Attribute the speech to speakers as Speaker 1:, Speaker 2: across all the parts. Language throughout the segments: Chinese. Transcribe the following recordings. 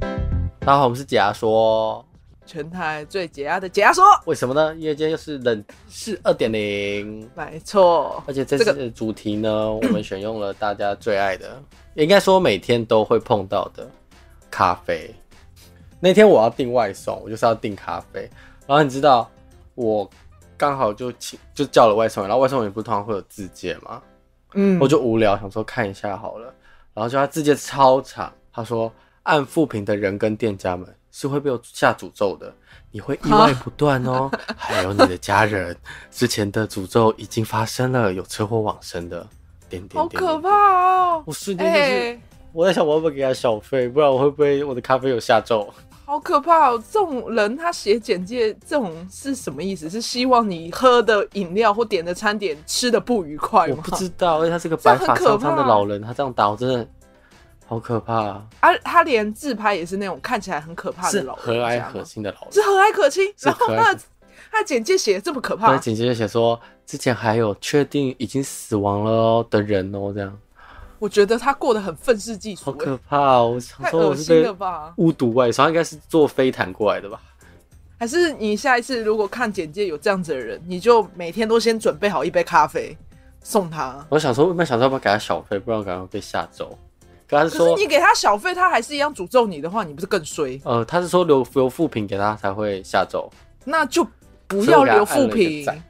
Speaker 1: 大家好，我们是解压说，
Speaker 2: 全台最解压的解压说，
Speaker 1: 为什么呢？因为今天又是冷是二点零，
Speaker 2: 没错，
Speaker 1: 而且这次
Speaker 2: 这
Speaker 1: 的主题呢， 我们选用了大家最爱的，应该说每天都会碰到的咖啡。那天我要订外送，我就是要订咖啡，然后你知道我刚好就请就叫了外送员，然后外送员不是通常会有字界吗？
Speaker 2: 嗯，
Speaker 1: 我就无聊，想说看一下好了。然后就他字界超长，他说按负评的人跟店家们是会被我下诅咒的，你会意外不断哦，还有你的家人。之前的诅咒已经发生了，有车祸往生的，点点
Speaker 2: 好
Speaker 1: 点。
Speaker 2: 可怕！哦，
Speaker 1: 我瞬间就是，
Speaker 2: 哎，
Speaker 1: 我在想我要不要给他小费，不然我会不会我的咖啡有下咒？
Speaker 2: 好可怕哦！这种人他写简介这种是什么意思？是希望你喝的饮料或点的餐点吃的不愉快
Speaker 1: 我
Speaker 2: 吗
Speaker 1: 不？知道，而且他是个
Speaker 2: 哎这
Speaker 1: 白
Speaker 2: 样很
Speaker 1: 发
Speaker 2: 可
Speaker 1: 苍苍的
Speaker 2: 怕
Speaker 1: 老人，他这样打我真的好可怕，
Speaker 2: 啊，他连自拍也是那种看起来很可怕的
Speaker 1: 是
Speaker 2: 老人
Speaker 1: 和蔼
Speaker 2: 家吗
Speaker 1: 可亲的老人
Speaker 2: 是。和蔼可亲，
Speaker 1: 是
Speaker 2: 然后
Speaker 1: 和蔼
Speaker 2: 他
Speaker 1: 可
Speaker 2: 的他的简介写的这么可
Speaker 1: 那
Speaker 2: 怕，
Speaker 1: 紧接着写说，之前还有确定已经死亡了哦的人哦，这样
Speaker 2: 我觉得他过得很愤世嫉
Speaker 1: 好
Speaker 2: 俗，哎
Speaker 1: 可怕哦！我想
Speaker 2: 太
Speaker 1: 说
Speaker 2: 恶
Speaker 1: 我是
Speaker 2: 心了
Speaker 1: 被
Speaker 2: 吧？
Speaker 1: 误读外伤，应该是坐飞弹过来的吧？
Speaker 2: 还是你下一次如果看简介有这样子的人，你就每天都先准备好一杯咖啡送他。
Speaker 1: 我想说，我本来想说要不要给他小费，不然我感觉被吓走。可他是
Speaker 2: 可是
Speaker 1: 说，
Speaker 2: 你给他小费，他还是一样诅咒你的话，你不是更衰？
Speaker 1: 呃，他是说留留副评给他才会吓走，
Speaker 2: 那就不要留负
Speaker 1: 所以我给
Speaker 2: 评
Speaker 1: 他。按了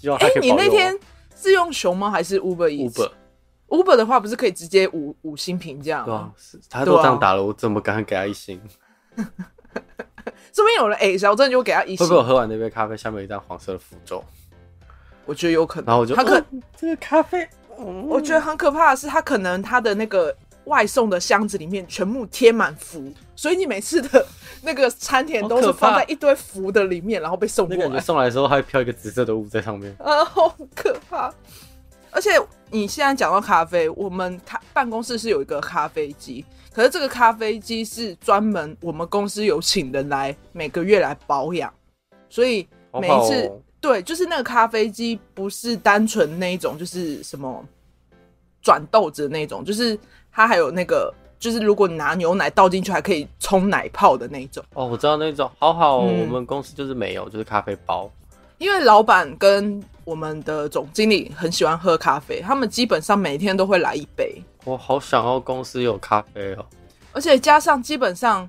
Speaker 1: 希望
Speaker 2: 哎
Speaker 1: 他可以
Speaker 2: 你
Speaker 1: 保佑
Speaker 2: 那
Speaker 1: 我
Speaker 2: 天是用熊猫还是 Uber
Speaker 1: Uber
Speaker 2: Eats？Uber 的话不是可以直接五五星评价
Speaker 1: 对啊
Speaker 2: 吗？，
Speaker 1: 是他都这
Speaker 2: 对
Speaker 1: 样
Speaker 2: 啊
Speaker 1: 打了，我怎么敢给他一星？
Speaker 2: 这边有人哎、小郑就给他
Speaker 1: 会
Speaker 2: 一星
Speaker 1: 不，会我喝完那杯咖啡下面有一张黄色的符咒？
Speaker 2: 我觉得有可能。
Speaker 1: 然后我就
Speaker 2: 他可、
Speaker 1: 哦这个咖啡，嗯
Speaker 2: 我觉得很可怕的是，他可能他的那个外送的箱子里面全部贴满符，所以你每次的 那个餐点都
Speaker 1: 好
Speaker 2: 是
Speaker 1: 可怕
Speaker 2: 放在一堆符的里面，然后被送
Speaker 1: 那
Speaker 2: 过
Speaker 1: 个人
Speaker 2: 来，
Speaker 1: 送来的时候还飘一个紫色的雾在上面。
Speaker 2: 啊，好可怕！而且你现在讲到咖啡，我们他办公室是有一个咖啡机，可是这个咖啡机是专门我们公司有请人来每个月来保养，所以
Speaker 1: 好
Speaker 2: 每
Speaker 1: 好
Speaker 2: 一次
Speaker 1: 哦
Speaker 2: 对，就是那个咖啡机不是单纯那一种，就是什么转豆子的那种，就是它还有那个，就是如果你拿牛奶倒进去，还可以冲奶泡的那一种。
Speaker 1: 哦，我知道那种，好好哦、
Speaker 2: 嗯
Speaker 1: 我们公司就是没有，就是咖啡包。
Speaker 2: 因为老板跟我们的总经理很喜欢喝咖啡，他们基本上每天都会来一杯，
Speaker 1: 我好想要公司有咖啡哦。
Speaker 2: 而且加上基本上，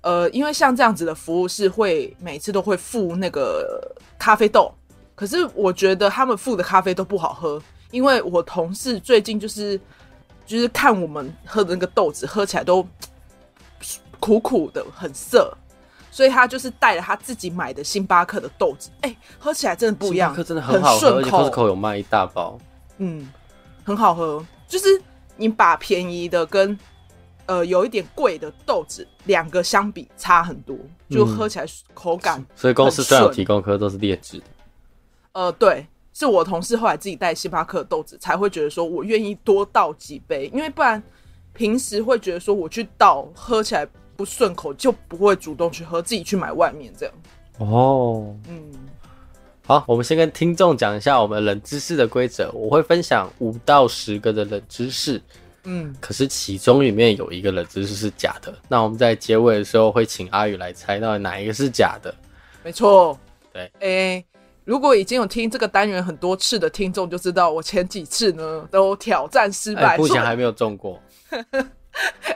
Speaker 2: 呃，因为像这样子的服务是会每次都会付那个咖啡豆，可是我觉得他们付的咖啡都不好喝，因为我同事最近就是就是看我们喝的那个豆子喝起来都苦苦的，很涩。所以他就是带了他自己买的星巴克的豆子，哎、喝起来真的不一样，
Speaker 1: 星巴克真的很好喝，而
Speaker 2: 顺
Speaker 1: 且
Speaker 2: 口，
Speaker 1: Costco 有卖一大包。
Speaker 2: 嗯，很好喝，就是你把便宜的跟呃有一点贵的豆子两个相比差很多，就喝起来口感、
Speaker 1: 所以公司虽然有
Speaker 2: 很顺
Speaker 1: 提供，可是都是劣质的。
Speaker 2: 呃对。是我同事后来自己带星巴克的豆子，才会觉得说我愿意多倒几杯，因为不然平时会觉得说我去倒喝起来不顺口，就不会主动去喝，自己去买外面这样。
Speaker 1: 哦，
Speaker 2: 嗯，
Speaker 1: 好，我们先跟听众讲一下我们冷知识的规则。我会分享五到十个的冷知识，
Speaker 2: 嗯，
Speaker 1: 可是其中里面有一个冷知识是假的。那我们在结尾的时候会请阿宇来猜到底哪一个是假的。
Speaker 2: 没错。
Speaker 1: 对
Speaker 2: 诶、如果已经有听这个单元很多次的听众就知道，我前几次呢都挑战失败，
Speaker 1: 哎，目
Speaker 2: 说
Speaker 1: 前还没有中过。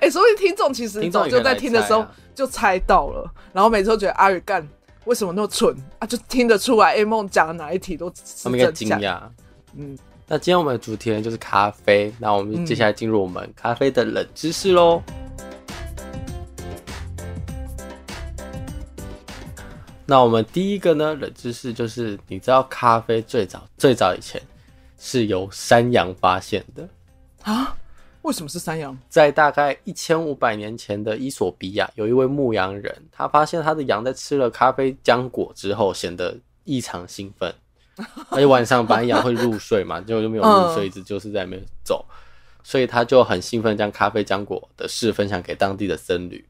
Speaker 2: 哎、所以听众其实
Speaker 1: 听众
Speaker 2: 早
Speaker 1: 也
Speaker 2: 就
Speaker 1: 可以
Speaker 2: 在
Speaker 1: 来
Speaker 2: 听的
Speaker 1: 猜
Speaker 2: 时候
Speaker 1: 啊
Speaker 2: 就猜到了，然后每次都觉得阿宇干为什么那么蠢啊，就听得出来 A 梦讲的哪一题都是
Speaker 1: 他们应该
Speaker 2: 真
Speaker 1: 惊
Speaker 2: 假。
Speaker 1: 讶。
Speaker 2: 嗯
Speaker 1: 嗯，那今天我们的主题呢就是咖啡，那我们接下来进入我们咖啡的冷知识喽。那我们第一个呢冷知识就是，你知道咖啡最早最早以前是由山羊发现的，
Speaker 2: 啊？为什么是山羊？
Speaker 1: 在大概一千五百年前的伊索比亚，有一位牧羊人，他发现他的羊在吃了咖啡浆果之后，显得异常兴奋，而且晚上本来羊会入睡嘛，结果就没有入睡，一直就是在那边走，所以他就很兴奋，将咖啡浆果的事分享给当地的僧侣，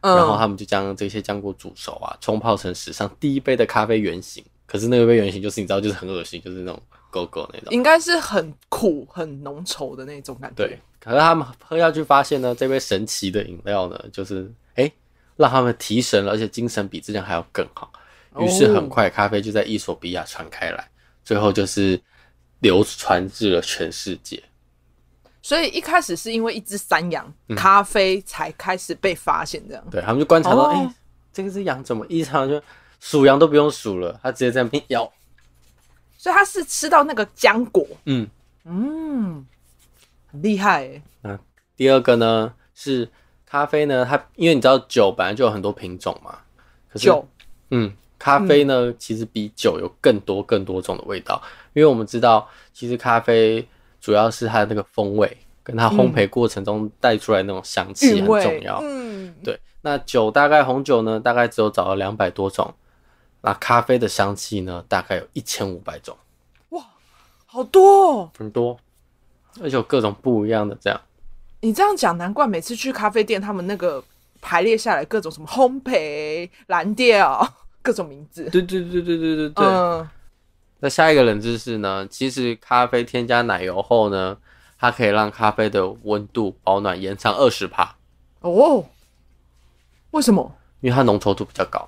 Speaker 2: 嗯，
Speaker 1: 然后他们就将这些浆果煮熟啊，冲泡成史上第一杯的咖啡原型。可是那个杯原型就是你知道，就是很恶心，就是那种狗狗那种。
Speaker 2: 应该是很苦、很浓稠的那种感觉。
Speaker 1: 对，可是他们喝下去发现呢，这杯神奇的饮料呢，就是哎、诶让他们提神了，而且精神比之前还要更好。
Speaker 2: 哦
Speaker 1: 于是很快，咖啡就在伊索比亚传开来，最后就是流传至了全世界。
Speaker 2: 所以一开始是因为一只山羊、
Speaker 1: 嗯
Speaker 2: 咖啡才开始被发现，这样
Speaker 1: 对他们就观察到，
Speaker 2: 哦
Speaker 1: 哎、这个只羊怎么异常？就数羊都不用数了，它直接在那边咬。
Speaker 2: 所以它是吃到那个浆果，
Speaker 1: 嗯，
Speaker 2: 嗯，很厉害欸、
Speaker 1: 第二个呢是咖啡呢，它因为你知道酒本来就有很多品种嘛，可是
Speaker 2: 酒
Speaker 1: 嗯，咖啡呢、其实比酒有更多更多种的味道，因为我们知道其实咖啡主要是它的那个风味跟它烘焙过程中带出来那种香气
Speaker 2: 韵
Speaker 1: 很
Speaker 2: 味，
Speaker 1: 重要。
Speaker 2: 嗯，
Speaker 1: 对，那酒大概红酒呢，大概只有找了两百多种，那咖啡的香气呢，大概有一千五百种，
Speaker 2: 好多、哦。
Speaker 1: 很多，而且有各种不一样的这样。
Speaker 2: 你这样讲，难怪每次去咖啡店，他们那个排列下来各种什么烘焙、蓝调， 各种名字。
Speaker 1: 对对对对对对对。
Speaker 2: 嗯，
Speaker 1: 那下一个冷知识呢？其实咖啡添加奶油后呢，它可以让咖啡的温度保暖延长二十帕，
Speaker 2: 哦，为什么？
Speaker 1: 因为它浓稠度比较高。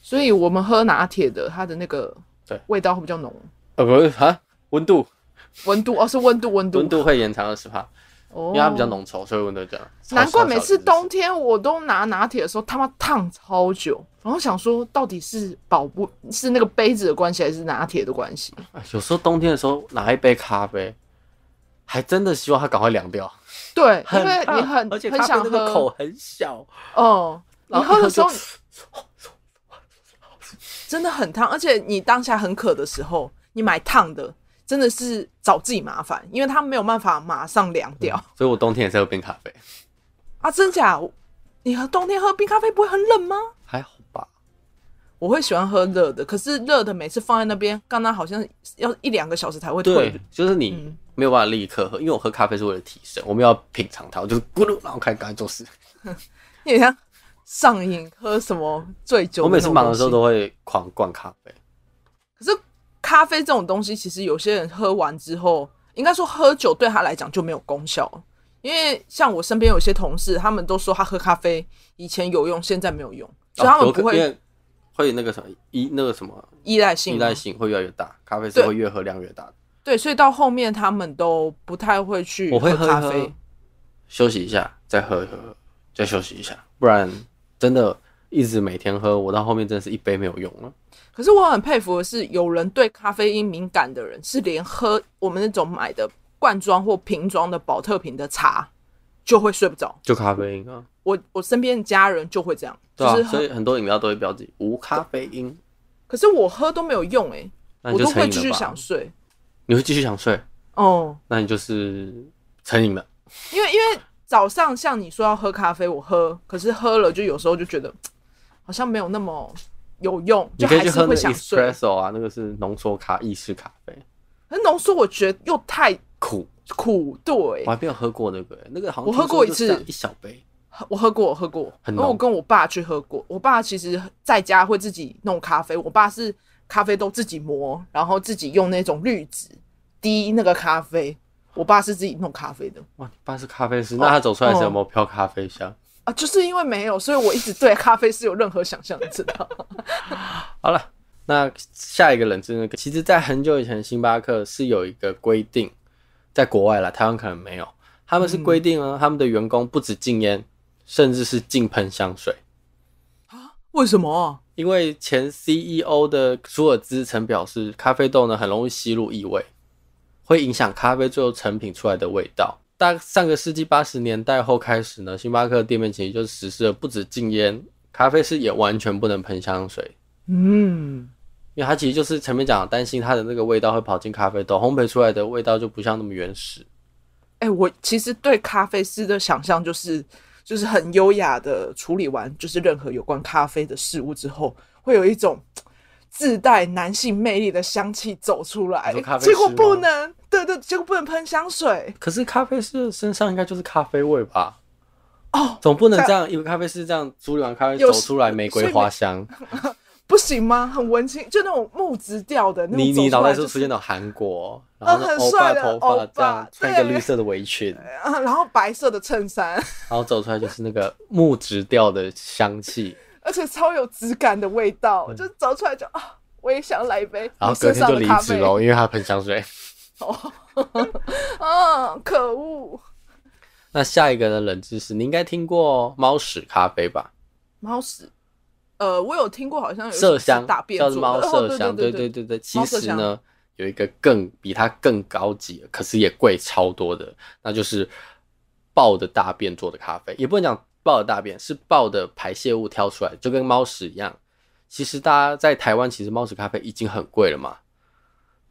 Speaker 2: 所以我们喝拿铁的，它的那个
Speaker 1: 对
Speaker 2: 味道会比较浓，
Speaker 1: 呃，不是啊，温度
Speaker 2: 温度哦是温度温度
Speaker 1: 温度会延长二十帕，
Speaker 2: 哦，
Speaker 1: 因为它比较浓稠，所以温度这样。
Speaker 2: 难怪每次
Speaker 1: 超小
Speaker 2: 冬天我都拿拿铁的时候，他妈烫超久，然后想说到底是保不是那个杯子的关系，还是拿铁的关系？
Speaker 1: 的哎有时候冬天的时候拿一杯咖啡，还真的希望它赶快凉掉，
Speaker 2: 对，因
Speaker 1: 很
Speaker 2: 为
Speaker 1: 烫
Speaker 2: 你很
Speaker 1: 而且
Speaker 2: 很
Speaker 1: 咖啡
Speaker 2: 想
Speaker 1: 那个口
Speaker 2: 喝，
Speaker 1: 很小，
Speaker 2: 哦、你
Speaker 1: 然后
Speaker 2: 喝的时候
Speaker 1: 就
Speaker 2: 真的很烫，而且你当下很渴的时候，你买烫的真的是找自己麻烦，因为它没有办法马上凉掉、
Speaker 1: 所以我冬天也是会冰咖啡，
Speaker 2: 啊！真假？你喝冬天喝冰咖啡不会很冷吗？
Speaker 1: 还好吧？
Speaker 2: 我会喜欢喝热的，可是热的每次放在那边，刚刚好像要一两个小时才会退
Speaker 1: 对，，就是你
Speaker 2: 嗯
Speaker 1: 没有办法立刻喝，因为我喝咖啡是为了提神，我们要品尝它，我就是咕噜，然后开始赶快做事。
Speaker 2: 你很像上瘾喝什么醉酒。
Speaker 1: 我每次忙的时候，都会狂灌咖啡，
Speaker 2: 可是咖啡这种东西，其实有些人喝完之后，应该说喝酒对他来讲就没有功效了。因为像我身边有些同事，他们都说他喝咖啡以前有用，现在没有用，所以他们
Speaker 1: 哦有可
Speaker 2: 不
Speaker 1: 因
Speaker 2: 会
Speaker 1: 为会那个什么依那个什么
Speaker 2: 依赖性
Speaker 1: 依
Speaker 2: 嘛。
Speaker 1: 赖性会越来越大，咖啡是
Speaker 2: 对
Speaker 1: 会越喝量越大的。
Speaker 2: 对，所以到后面他们都不太会去
Speaker 1: 我会喝一
Speaker 2: 咖
Speaker 1: 喝
Speaker 2: 啡。
Speaker 1: 休息一下，再喝一喝，再休息一下，不然真的一直每天喝，我到后面真的是一杯没有用了。
Speaker 2: 可是我很佩服的是，有人对咖啡因敏感的人，是连喝我们那种买的罐装或瓶装的保特瓶的茶就会睡不着。
Speaker 1: 就咖啡因啊，
Speaker 2: 我我身边的家人就会这样，
Speaker 1: 对啊
Speaker 2: 就是，
Speaker 1: 所
Speaker 2: 喝，
Speaker 1: 以很多饮料都会标记无咖啡因，
Speaker 2: 可是我喝都没有用哎、
Speaker 1: 那
Speaker 2: 我
Speaker 1: 你就
Speaker 2: 都会
Speaker 1: 成
Speaker 2: 继
Speaker 1: 瘾
Speaker 2: 续
Speaker 1: 了吧
Speaker 2: 想？睡
Speaker 1: 你会继续想睡，
Speaker 2: 哦，
Speaker 1: 那你就是成瘾了。
Speaker 2: 因为因为早上像你说要喝咖啡，我喝，可是喝了就有时候就觉得嘖好像没有那么有用，
Speaker 1: 你
Speaker 2: 就
Speaker 1: 可以
Speaker 2: 还
Speaker 1: 去
Speaker 2: 是
Speaker 1: 喝那
Speaker 2: 会
Speaker 1: 个
Speaker 2: 想睡。
Speaker 1: espresso 啊，那个是浓缩咖意式咖啡，
Speaker 2: 可是浓缩我觉得又太
Speaker 1: 苦，
Speaker 2: 苦，对
Speaker 1: 我还没有喝过那个、欸那个好像
Speaker 2: 我喝
Speaker 1: 听说
Speaker 2: 过一
Speaker 1: 就是这样
Speaker 2: 次
Speaker 1: 一小杯，
Speaker 2: 我喝过，我喝过，
Speaker 1: 很
Speaker 2: 因
Speaker 1: 浓
Speaker 2: 为我跟我爸去喝过。我爸其实在家会自己弄咖啡，我爸是咖啡豆自己磨，然后自己用那种滤纸滴那个咖啡。我爸是自己弄咖啡的
Speaker 1: 哇，你爸是咖啡师，那他走出来时
Speaker 2: 哦
Speaker 1: 有没有飘咖啡香？
Speaker 2: 啊，就是因为没有，所以我一直对咖啡是有任何想象，你知 道？
Speaker 1: 好了，那下一个冷知识，其实，在很久以前，星巴克是有一个规定，在国外啦，台湾可能没有，他们是规定呢，他们的员工不止禁烟，甚至是禁喷香水。
Speaker 2: 为什么啊？
Speaker 1: 因为前 CEO 的舒尔兹曾表示，咖啡豆呢很容易吸入异味，会影响咖啡最后成品出来的味道。大上个世纪八十年代后开始呢，星巴克店面其实就实施了不止禁烟，咖啡师也完全不能喷香水，
Speaker 2: 嗯，
Speaker 1: 因为它其实就是前面讲的担心它的那个味道会跑进咖啡豆，烘焙出来的味道就不像那么原始。
Speaker 2: 哎、我其实对咖啡师的想象就是，就是很优雅的处理完就是任何有关咖啡的事物之后，会有一种嘖自带男性魅力的香气走出来
Speaker 1: 你说咖。啡师
Speaker 2: 结果
Speaker 1: 吗
Speaker 2: 不能，对对，结果不能喷香水。
Speaker 1: 可是咖啡师的身上应该就是咖啡味吧？
Speaker 2: 哦，
Speaker 1: 总不能这样，因为咖啡师这样处理完咖啡
Speaker 2: 有
Speaker 1: 走出来玫瑰花香，
Speaker 2: 不行吗？很文青，就那种木质调的那种
Speaker 1: 你你脑
Speaker 2: 走出
Speaker 1: 袋
Speaker 2: 来
Speaker 1: 是
Speaker 2: 就
Speaker 1: 出
Speaker 2: 是哦
Speaker 1: 现那种韩国，然后
Speaker 2: 很
Speaker 1: 那欧
Speaker 2: 帅
Speaker 1: 巴
Speaker 2: 的
Speaker 1: 头
Speaker 2: 欧
Speaker 1: 发这样
Speaker 2: 巴，
Speaker 1: 穿一个
Speaker 2: 对
Speaker 1: 绿色的围裙，
Speaker 2: 啊，然后白色的衬衫，
Speaker 1: 然后走出来就是那个木质调的香气，
Speaker 2: 而且超有质感的味道，就走出来就啊，我也想来一杯
Speaker 1: 嗯然
Speaker 2: 你
Speaker 1: 后隔
Speaker 2: 身
Speaker 1: 天
Speaker 2: 上
Speaker 1: 就
Speaker 2: 的
Speaker 1: 离
Speaker 2: 咖
Speaker 1: 职
Speaker 2: 啡。
Speaker 1: 喽，因为他喷香水。
Speaker 2: 啊，可恶！
Speaker 1: 那下一个的冷知识，你应该听过猫屎咖啡吧？
Speaker 2: 猫屎，呃，我有听过，好像有一
Speaker 1: 麝
Speaker 2: 种
Speaker 1: 香
Speaker 2: 是大便
Speaker 1: 叫
Speaker 2: 做
Speaker 1: 猫
Speaker 2: 的哦
Speaker 1: 麝
Speaker 2: 对
Speaker 1: 香，
Speaker 2: 对
Speaker 1: 对
Speaker 2: 对，
Speaker 1: 对对。其
Speaker 2: 猫麝
Speaker 1: 实
Speaker 2: 香
Speaker 1: 呢，有一个更比它更高级，可是也贵超多的，那就是豹的大便做的咖啡，也不能讲豹的大便，是豹的排泄物挑出来，就跟猫屎一样。其实大家在台湾，其实猫屎咖啡已经很贵了嘛。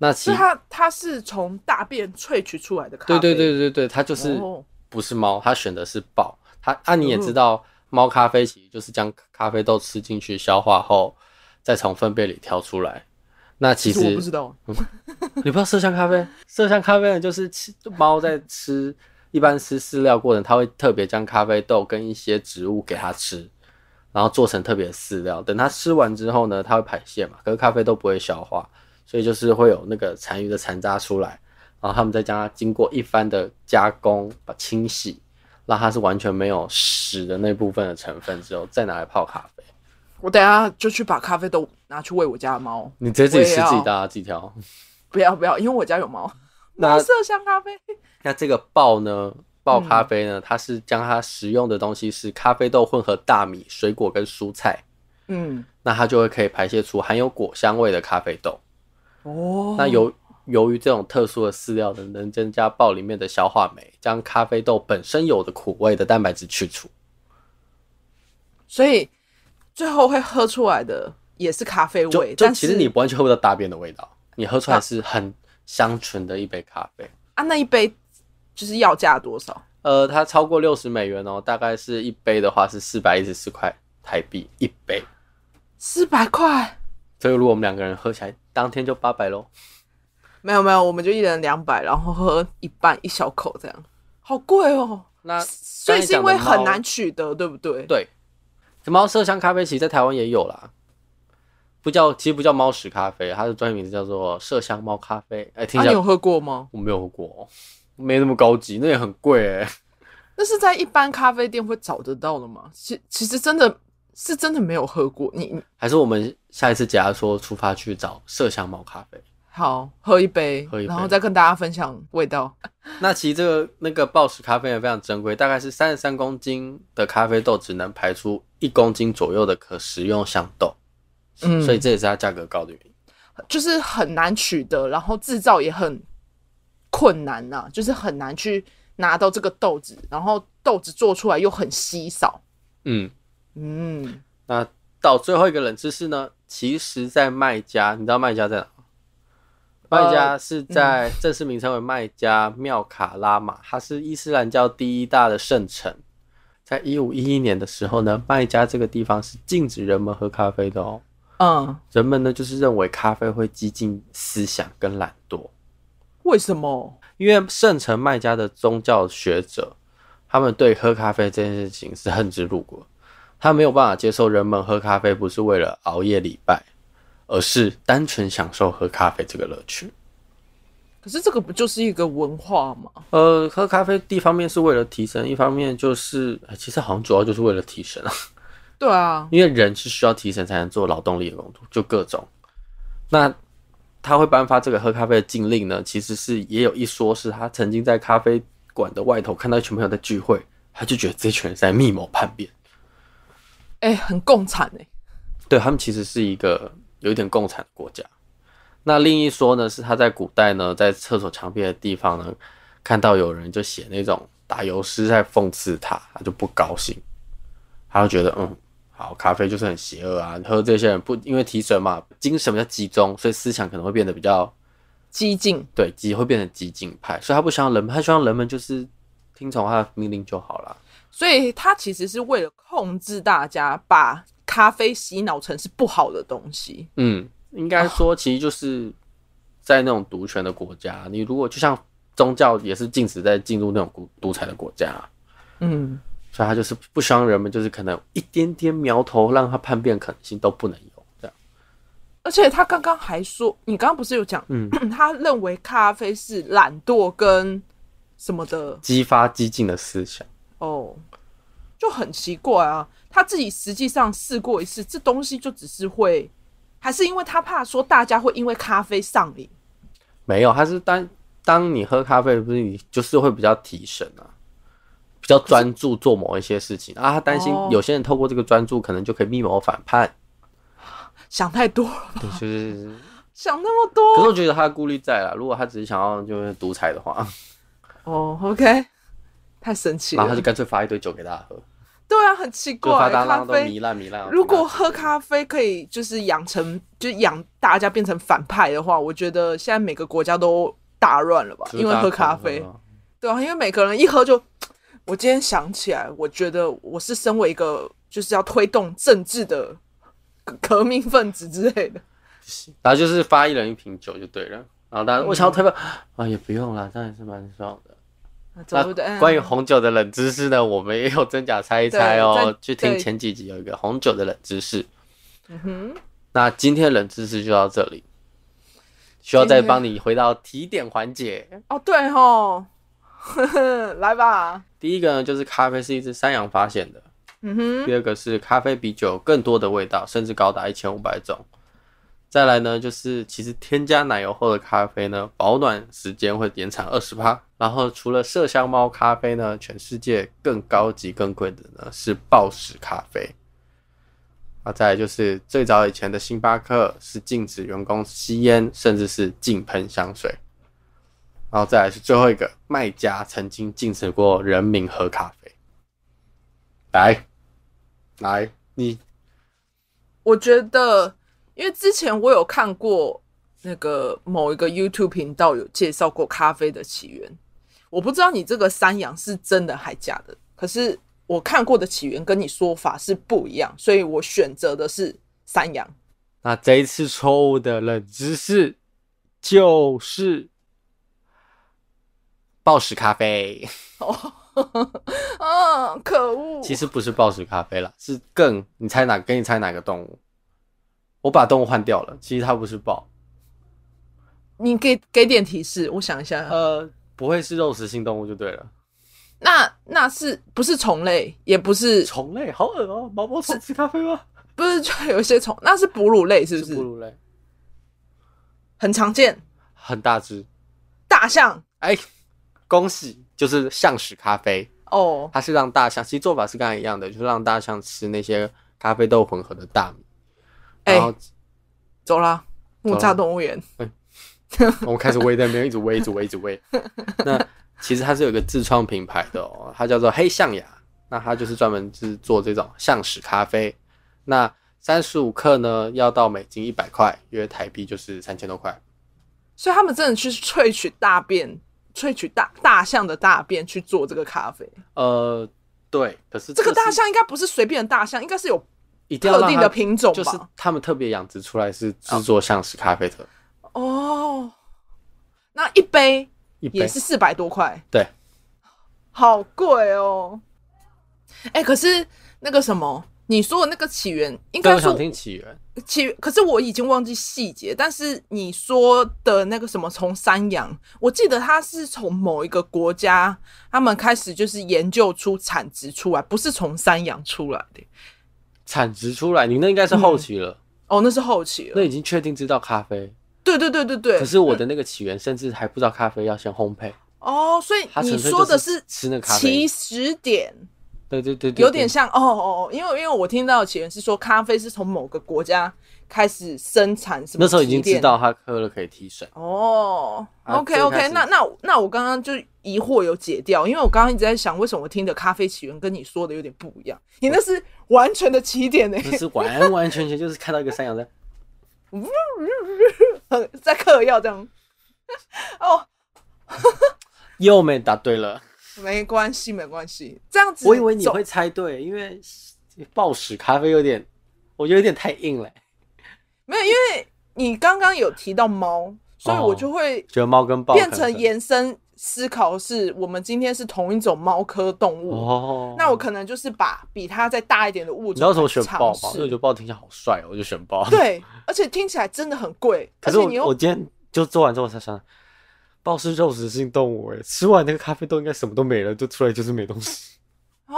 Speaker 1: 那其
Speaker 2: 是它，它是从大便萃取出来的咖
Speaker 1: 对
Speaker 2: 啡，
Speaker 1: 对对对对，它就是、
Speaker 2: 哦
Speaker 1: 不是猫，它选的是豹。它啊，你也
Speaker 2: 嗯
Speaker 1: 知道，猫咖啡其实就是将咖啡豆吃进去消化后，再从粪便里挑出来。那其
Speaker 2: 其
Speaker 1: 实
Speaker 2: 实我不知道，
Speaker 1: 你不知道麝香咖啡，麝香咖啡呢就是吃猫在吃，一般吃饲料过程，它会特别将咖啡豆跟一些植物给它吃，然后做成特别的饲料。等它吃完之后呢，它会排泄嘛，可是咖啡豆不会消化，所以就是会有那个残余的残渣出来，然后他们再将它经过一番的加工，把清洗，让它是完全没有屎的那部分的成分之后，再拿来泡咖啡。
Speaker 2: 我等一下就去把咖啡豆拿去喂我家的猫，
Speaker 1: 你直接自己
Speaker 2: 我也
Speaker 1: 吃
Speaker 2: 要
Speaker 1: 自己搭自己挑。
Speaker 2: 不要不要，因为我家有猫，
Speaker 1: 那
Speaker 2: 猫 麝香咖啡，
Speaker 1: 那这个爆呢，爆咖
Speaker 2: 嗯
Speaker 1: 啡呢，它是将它食用的东西是咖啡豆混合大米、水果跟蔬菜，
Speaker 2: 嗯，
Speaker 1: 那它就会可以排泄出含有果香味的咖啡豆。
Speaker 2: 哦，
Speaker 1: 那由由于这种特殊的饲料呢，能增加爆里面的消化酶，将咖啡豆本身有的苦味的蛋白质去除。
Speaker 2: 所以最后会喝出来的也是咖啡
Speaker 1: 就
Speaker 2: 味，
Speaker 1: 就
Speaker 2: 但
Speaker 1: 其
Speaker 2: 是
Speaker 1: 实你完全喝不到大便的味道，你喝出来是很香醇的一杯咖啡。
Speaker 2: 啊那一杯就是要价多少？
Speaker 1: 呃，它超过六十美元哦，大概是一杯的话是四百一十四块台币一杯。
Speaker 2: 四百块。
Speaker 1: 所以如果我们两个人喝起来，当天就八百喽。
Speaker 2: 没有没有，我们就一人两百，然后喝一半一小口这样，好贵哦。
Speaker 1: 那
Speaker 2: 所以是因为很难
Speaker 1: 取
Speaker 2: 取得，对不对？
Speaker 1: 对。猫麝香咖啡其实在台湾也有啦，不叫其实不叫猫屎咖啡，它的专业名字叫做麝香猫咖啡。哎、听
Speaker 2: 啊，
Speaker 1: 起
Speaker 2: 你
Speaker 1: 来、
Speaker 2: 有喝过吗？
Speaker 1: 我没有喝过哦，没那么高级，那也很贵哎、
Speaker 2: 那是在一般咖啡店会找得到的吗？其其实真的是真的没有喝过。你你
Speaker 1: 还是我们下一次假如说出发去找麝香猫咖啡。
Speaker 2: 好喝一杯，
Speaker 1: 喝一杯
Speaker 2: 然后再跟大家分享味道。
Speaker 1: 那其实这个那个暴食咖啡也非常珍贵，大概是三十三公斤的咖啡豆只能排出一公斤左右的可食用香豆，
Speaker 2: 嗯，
Speaker 1: 所以这也是它价格高的原因。
Speaker 2: 就是很难取得，然后制造也很困难呐、就是很难去拿到这个豆子，然后豆子做出来又很稀少。
Speaker 1: 嗯，
Speaker 2: 嗯，
Speaker 1: 那到最后一个冷知识呢，其实，在卖家，你知道卖家在哪吗？
Speaker 2: 呃
Speaker 1: 卖家是在正式名称为卖家妙卡拉玛，它是伊斯兰教第一大的圣城。在一五一一年的时候呢，卖家这个地方是禁止人们喝咖啡的哦。
Speaker 2: 嗯，
Speaker 1: 人们呢，就是认为咖啡会激进思想跟懒惰，
Speaker 2: 为什么？
Speaker 1: 因为圣城卖家的宗教学者，他们对喝咖啡这件事情是恨之入骨，他没有办法接受人们喝咖啡不是为了熬夜礼拜，而是单纯享受喝咖啡这个乐趣。
Speaker 2: 可是这个不就是一个文化吗？
Speaker 1: 呃，喝咖啡一方面是为了提神，一方面就是呃其实好像主要就是为了提神啊，
Speaker 2: 对啊，
Speaker 1: 因为人是需要提神才能做劳动力的工作，就各种。那他会颁发这个喝咖啡的禁令呢，其实是也有一说是他曾经在咖啡馆的外头看到一群朋友在聚会，他就觉得这群人在密谋叛变。
Speaker 2: 哎、很共产哎、
Speaker 1: 对他们其实是一个有一点共产的国家。那另一说呢，是他在古代呢，在厕所墙壁的地方呢，看到有人就写那种打油诗在讽刺他，他就不高兴，他就觉得嗯，好，咖啡就是很邪恶啊，喝这些人不因为提神嘛，精神比较集中，所以思想可能会变得比较
Speaker 2: 激进。
Speaker 1: 对激，会变成激进派，所以他不希望人们，他希望人们就是听从他的命令就好了。
Speaker 2: 所以它其实是为了控制大家，把咖啡洗脑成是不好的东西。
Speaker 1: 嗯，应该说其实就是在那种独权的国家，你如果就像宗教也是禁止在进入那种独独裁的国家，
Speaker 2: 嗯，
Speaker 1: 所以他就是不希望人们就是可能一点点苗头让他叛变可能性都不能有这样。
Speaker 2: 而且他刚刚还说，你刚刚不是有讲，
Speaker 1: 嗯
Speaker 2: 他认为咖啡是懒惰跟什么的
Speaker 1: 激发激进的思想。
Speaker 2: 哦，就很奇怪啊。他自己实际上试过一次，这东西就只是会，还是因为他怕说大家会因为咖啡上瘾
Speaker 1: 没有，它是当当你喝咖啡，不是你就是会比较提神啊，比较专注做某一些事情啊。他担心
Speaker 2: 哦
Speaker 1: 有些人透过这个专注，可能就可以密谋反叛。
Speaker 2: 想太多了吧，
Speaker 1: 对，就是。
Speaker 2: 想那么
Speaker 1: 可
Speaker 2: 多
Speaker 1: 是我觉得他的顾虑在了，如果他只是想要就是独裁的话，
Speaker 2: 哦。OK，太神奇
Speaker 1: 然后他
Speaker 2: 了
Speaker 1: 就，干脆发一堆酒给大家喝，
Speaker 2: 对啊，很奇
Speaker 1: 就发
Speaker 2: 怪，
Speaker 1: 大
Speaker 2: 咖
Speaker 1: 家都
Speaker 2: 啡
Speaker 1: 糜烂糜烂。
Speaker 2: 如果喝咖啡可以就是养成，就养大家变成反派的话，我觉得现在每个国家都大乱了吧？
Speaker 1: 就是
Speaker 2: 因为
Speaker 1: 大家
Speaker 2: 喝
Speaker 1: 狂
Speaker 2: 咖啡，
Speaker 1: 啊
Speaker 2: 对啊，因为每个人一喝就，我今天想起来，我觉得我是身为一个就是要推动政治的革命分子之类的，
Speaker 1: 然后就是发一人一瓶酒就对了。然后大家我想要推
Speaker 2: 嗯
Speaker 1: 翻啊，也不用啦，当然是蛮爽的。
Speaker 2: 对不对？
Speaker 1: 那关于红酒的冷知识呢，我们也有真假猜一猜哦。
Speaker 2: 对
Speaker 1: 去
Speaker 2: 在
Speaker 1: 听前几集有一个红酒的冷知识。
Speaker 2: 嗯哼，
Speaker 1: 那今天的冷知识就到这里，需要再帮你回到提点环节。
Speaker 2: 哦 对吼，呵呵来吧，
Speaker 1: 第一个呢，就是咖啡是一只山羊发现的；
Speaker 2: 嗯哼，
Speaker 1: 第二个是咖啡比酒有更多的味道，甚至高达一千五百种。再来呢，就是其实添加奶油后的咖啡呢，保暖时间会延长二十八。然后除了麝香猫咖啡呢，全世界更高级、更贵的呢是暴食咖啡。啊，再来就是最早以前的星巴克是禁止员工吸烟，甚至是禁喷香水。然后再来是最后一个，卖家曾经禁止过人民喝咖啡。来，来，你
Speaker 2: 我觉得，因为之前我有看过那个某一个 YouTube 频道有介绍过咖啡的起源，我不知道你这个山羊是真的还假的，可是我看过的起源跟你说法是不一样，所以我选择的是山羊。
Speaker 1: 那这一次错误的冷知识就是暴食咖啡，
Speaker 2: 啊，可恶！
Speaker 1: 其实不是暴食咖啡啦，是更你猜哪？给你猜哪个动物？我把动物换掉了，其实它不是豹，
Speaker 2: 你给给点提示，我想一下，
Speaker 1: 呃，不会是肉食性动物就对了。
Speaker 2: 那那是不是虫类？也不是，
Speaker 1: 虫类好恶哦、毛毛虫吃咖啡吗？
Speaker 2: 不是就有一些虫，那是哺乳类，是不
Speaker 1: 是哺
Speaker 2: 是？
Speaker 1: 乳类，
Speaker 2: 很常见，
Speaker 1: 很大只。
Speaker 2: 大象
Speaker 1: 哎，恭喜，就是象屎咖啡。
Speaker 2: 哦，
Speaker 1: 它是让大象，其实做法是跟它一样的，就是让大象吃那些咖啡豆混合的大米。
Speaker 2: 哎
Speaker 1: 然后
Speaker 2: 走啦，木
Speaker 1: 走啦
Speaker 2: 栅动物园。
Speaker 1: 我们开始喂在那边，一直喂，一直喂，一直 喂。那其实它是有一个自创品牌的哦，它叫做黑象牙。那它就是专门制作这种象屎咖啡。那三十五克呢，要到美金一百块，约台币就是三千多块。
Speaker 2: 所以他们真的去萃取大便，萃取大大象的大便去做这个咖啡。
Speaker 1: 呃，对，可是
Speaker 2: 这个大
Speaker 1: 是
Speaker 2: 象应该不是随便的大象，应该是有
Speaker 1: 一定要
Speaker 2: 特
Speaker 1: 让
Speaker 2: 定
Speaker 1: 它
Speaker 2: 的品种吧？
Speaker 1: 就是他们特别养殖出来是制作象屎咖啡的，
Speaker 2: 哦，那一杯
Speaker 1: 一杯
Speaker 2: 也是四百多块，
Speaker 1: 对，
Speaker 2: 好贵哦。哎、可是那个什么，你说的那个起源，应
Speaker 1: 对，
Speaker 2: 该
Speaker 1: 我想
Speaker 2: 说
Speaker 1: 听起源。
Speaker 2: 起源，可是我已经忘记细节。但是你说的那个什么，从山羊，我记得它是从某一个国家，他们开始就是研究出产值出来，不是从山羊出来的。
Speaker 1: 产值出来，你那应该是后期了，
Speaker 2: 哦，那是后期了
Speaker 1: 那。已经确定知道咖啡。
Speaker 2: 对对对对对。
Speaker 1: 可是我的那个起源甚至还不知道咖啡要先烘焙，
Speaker 2: 哦，所以
Speaker 1: 它
Speaker 2: 你
Speaker 1: 纯粹
Speaker 2: 说的
Speaker 1: 就是
Speaker 2: 是
Speaker 1: 吃那咖啡
Speaker 2: 起。始点。
Speaker 1: 对对对对，
Speaker 2: 有点
Speaker 1: 对
Speaker 2: 像哦哦哦，因为因为我听到的起源是说，咖啡是从某个国家开始生产什么，啊
Speaker 1: 那时候已经知道它喝了可以提神。
Speaker 2: 哦。
Speaker 1: 啊
Speaker 2: OK
Speaker 1: 最
Speaker 2: OK，
Speaker 1: 开始
Speaker 2: 那那那我刚刚就疑惑有解掉，因为我刚刚一直在想，为什么我听的咖啡起源跟你说的有点不一样？你那是完全的起点呢、
Speaker 1: 那是完完全全就是看到一个山羊在，
Speaker 2: 在嗑药这样。哦，
Speaker 1: 又没答对了。
Speaker 2: 没关系没关系，这样子
Speaker 1: 我以为你
Speaker 2: 走
Speaker 1: 会猜对，因为暴食咖啡有点，我觉得有点太硬了，
Speaker 2: 没有，因为你刚刚有提到猫，所以
Speaker 1: 哦
Speaker 2: 我就会
Speaker 1: 觉得猫跟豹
Speaker 2: 变
Speaker 1: 可
Speaker 2: 成
Speaker 1: 能
Speaker 2: 延伸思考的是，我们今天是同一种猫科动物，
Speaker 1: 哦，
Speaker 2: 那我可能就是把比它再大一点的物
Speaker 1: 你知
Speaker 2: 种
Speaker 1: 道为什么选
Speaker 2: 来
Speaker 1: 豹
Speaker 2: 尝
Speaker 1: 吗？因为我觉
Speaker 2: 试
Speaker 1: 得豹听起来好帅哦，我就选豹。
Speaker 2: 对，而且听起来真的很贵，
Speaker 1: 可
Speaker 2: 而
Speaker 1: 是
Speaker 2: 且
Speaker 1: 我
Speaker 2: 你又
Speaker 1: 我今天就做完之后我才想，豹是肉食性动物哎，吃完那个咖啡豆应该什么都没了，就出来就是没东西。
Speaker 2: 哦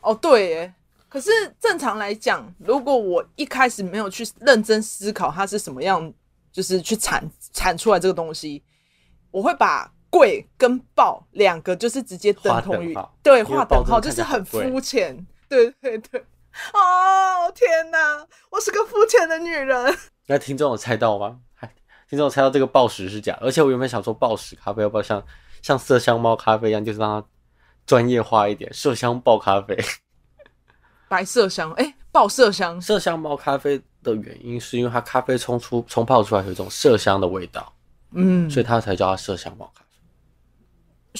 Speaker 2: 哦对耶。可是正常来讲，如果我一开始没有去认真思考它是什么样，就是去产产出来这个东西，我会把贵跟爆两个就是直接等同于
Speaker 1: 划等号
Speaker 2: 对
Speaker 1: 因为
Speaker 2: 划
Speaker 1: 豹
Speaker 2: 等号，
Speaker 1: 真的
Speaker 2: 就
Speaker 1: 看起
Speaker 2: 是
Speaker 1: 来
Speaker 2: 很
Speaker 1: 很贵
Speaker 2: 肤浅。对对对，哦天哪，我是个肤浅的女人。
Speaker 1: 那听众有猜到吗？还听众有猜到这个暴食是假的，而且我原本想说暴食咖啡要不要像像麝香猫咖啡一样，就是让它专业化一点，麝香爆咖啡。
Speaker 2: 白麝香，哎、爆麝香
Speaker 1: 麝香猫咖啡的原因是因为它咖啡冲出冲泡出来有一种麝香的味道，
Speaker 2: 嗯，
Speaker 1: 所以它才叫它麝香猫咖啡。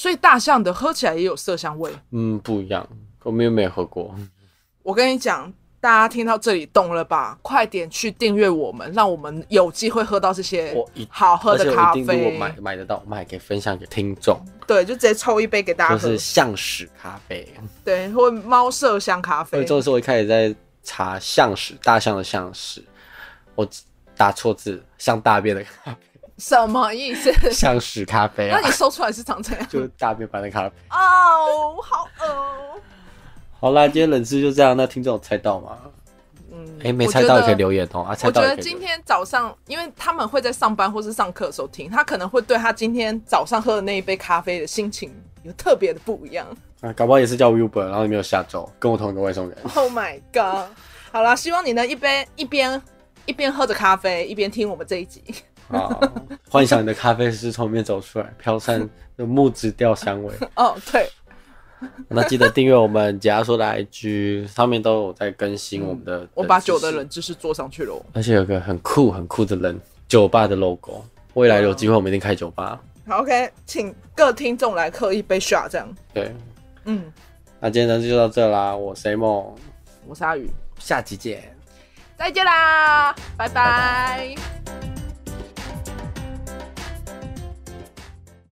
Speaker 2: 所以大象的喝起来也有麝香味。
Speaker 1: 嗯，不一样，我们又没有喝过。
Speaker 2: 我跟你讲，大家听到这里懂了吧？快点去订阅我们，让我们有机会喝到这些
Speaker 1: 我一
Speaker 2: 好喝
Speaker 1: 而且
Speaker 2: 的
Speaker 1: 我
Speaker 2: 咖
Speaker 1: 一定如果
Speaker 2: 啡。
Speaker 1: 买买得到，我们还可以分享给听众，
Speaker 2: 对，就直接抽一杯给大家
Speaker 1: 就
Speaker 2: 喝。
Speaker 1: 是象屎咖啡。
Speaker 2: 对，或猫麝香咖
Speaker 1: 所以
Speaker 2: 啡。
Speaker 1: 这个时候我一开始在查象屎，大象的象屎，我打错字，像大便的咖啡，
Speaker 2: 什么 意思？
Speaker 1: 象屎咖啡
Speaker 2: 那
Speaker 1: 啊
Speaker 2: 你，搜出来是长 这样？
Speaker 1: 就是大便般的咖啡。
Speaker 2: 哦，好恶哦。
Speaker 1: 好啦，今天冷知识就这样，那听众有猜到吗？
Speaker 2: 嗯，
Speaker 1: 哎、没
Speaker 2: 我
Speaker 1: 猜
Speaker 2: 觉
Speaker 1: 到也
Speaker 2: 得
Speaker 1: 可以留言哦，啊，猜
Speaker 2: 我觉
Speaker 1: 到也
Speaker 2: 得
Speaker 1: 可以留
Speaker 2: 今
Speaker 1: 言。
Speaker 2: 天早上，因为他们会在上班或是上课的时候听，他可能会对他今天早上喝的那一杯咖啡的心情有特别的不一样。
Speaker 1: 啊，搞不好也是叫 Uber，然后你没有下周，跟我同一个外送员。
Speaker 2: Oh my god！好啦，希望你能一边一边一边喝着咖啡，一边听我们这一集。
Speaker 1: 啊，幻想你的咖啡师从里面走出来，飘散的木质调香 味。
Speaker 2: 哦，对，
Speaker 1: 那记得订阅我们解压说的 IG，上面都有在更新我们的。
Speaker 2: 嗯我把酒的冷，知识做上去了哦。
Speaker 1: 而且有个很酷很酷的人酒吧的 logo，未来有机会我们一定开酒吧。
Speaker 2: 好，OK，请各听众来喝一杯 shot，这样。
Speaker 1: 对，
Speaker 2: 嗯，
Speaker 1: 那今天呢就到这啦，我是 A 梦，
Speaker 2: 我是阿宇，
Speaker 1: 下集见。
Speaker 2: 再见啦，拜拜